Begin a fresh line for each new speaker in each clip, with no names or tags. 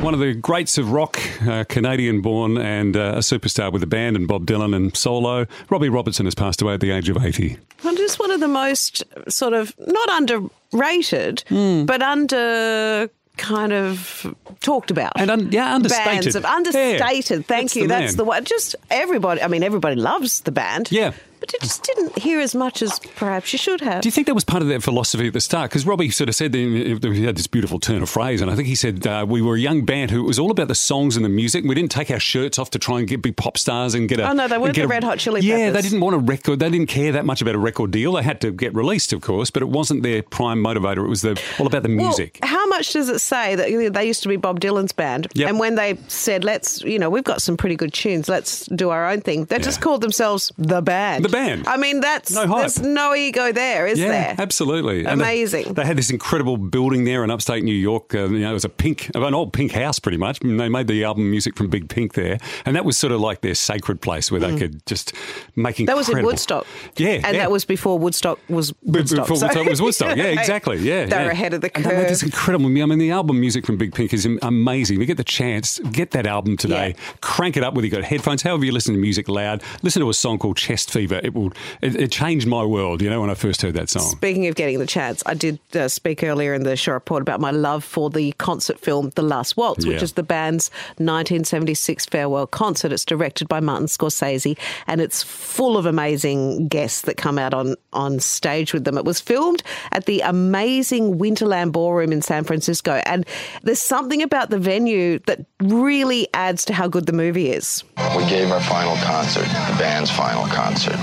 One of the greats of rock, uh, Canadian born and uh, a superstar with the band and Bob Dylan and solo. Robbie Robertson has passed away at the age of 80.
Well, just one of the most sort of not underrated,
Hmm.
but under kind of talked about.
And un- yeah, understated.
Bands of
Yeah.
understated. Thank
That's
you.
the
That's
man.
the one. Just everybody. I mean, everybody loves the band.
Yeah.
But you just didn't hear as much as perhaps you should have.
Do you think that was part of their philosophy at the start? Because Robbie sort of said that he had this beautiful turn of phrase, and I think he said uh, we were a young band who it was all about the songs and the music. We didn't take our shirts off to try and get big pop stars and get a.
Oh, no, they
and
weren't
get a-
the Red Hot Chili
Yeah, they
Peppers.
didn't want a record. They didn't care that much about a record deal. They had to get released, of course, but it wasn't their prime motivator. It was the all about the music.
Well, how much does it say that you know, they used to be Bob Dylan's band?
Yep.
And when they said, let's, you know, we've got some pretty good tunes, let's do our own thing, they just
Yeah.
called themselves The Band.
The Band.
I mean, that's
No hype.
there's no ego there, is
yeah,
there?
absolutely. And they-
Amazing.
they, had this incredible building there in upstate New York. Uh, you know, it was a pink, an old pink house, pretty much. And they made the album music from Big Pink there, and that was sort of like their sacred place where they could just make
Mm. That
incredible.
was in Woodstock.
Yeah,
And
yeah.
that was before Woodstock was
But
Woodstock.
Before
so-
Woodstock was Woodstock. Yeah, exactly. Yeah,
They were
yeah.
ahead of the
And they made this
curve.
incredible. I mean, the album music from Big Pink is amazing. We get the chance, get that album today, crank it up whether you got headphones, however you listen to music loud. Listen to a song called Chest Fever. It will. It, it changed my world. You know, when I first heard that song.
Speaking of getting the chance, I did uh, speak earlier in the show report about my love for the concert film The Last Waltz, which
Yeah.
is the band's 1976 farewell concert. It's directed by Martin Scorsese and it's full of amazing guests that come out on, on stage with them. It was filmed at the amazing Winterland Ballroom in San Francisco, and there's something about the venue that really adds to how good the movie is.
We gave our final concert, the band's final concert.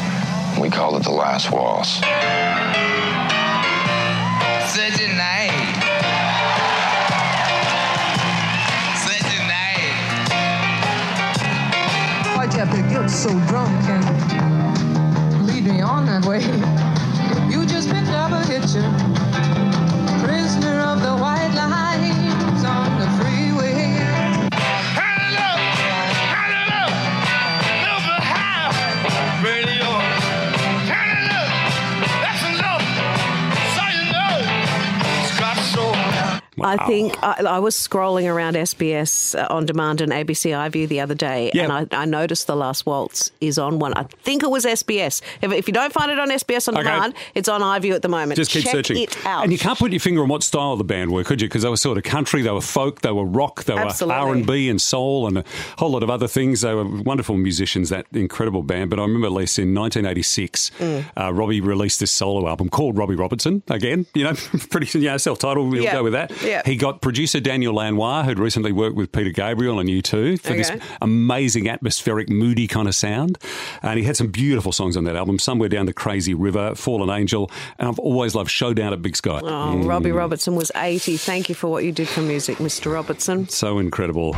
We called it The Last Waltz.
Such a night. Such a night.
Why'd you have to get so drunk and lead me on that way? You just picked up a hitcher, prisoner of the white lines on the freeway.
I think I, I was scrolling around SBS uh, on demand and ABC iView the other day,
Yeah.
and I, I noticed the last waltz is on one. I think it was SBS. If, if you don't find it on SBS on
Okay.
demand, it's on iView at the moment.
Just keep
Check
searching.
it out.
And you can't put your finger on what style the band were, could you? Because they were sort of country, they were folk, they were rock, they
Absolutely.
were R and B and soul, and a whole lot of other things. They were wonderful musicians, that incredible band. But I remember, Lisa, in 1986,
Mm.
uh, Robbie released this solo album called Robbie Robertson. Again, you know, pretty you know, self-titled. We'll
Yeah.
go with that.
Yeah.
He got producer Daniel Lanois, who'd recently worked with Peter Gabriel and U2 for this
Okay.
amazing atmospheric, moody kind of sound. And he had some beautiful songs on that album. Somewhere down the Crazy River, Fallen Angel, and I've always loved Showdown at Big Sky.
Oh, Robbie Robertson was 80. Thank you for what you did for music, Mr. Robertson.
So incredible.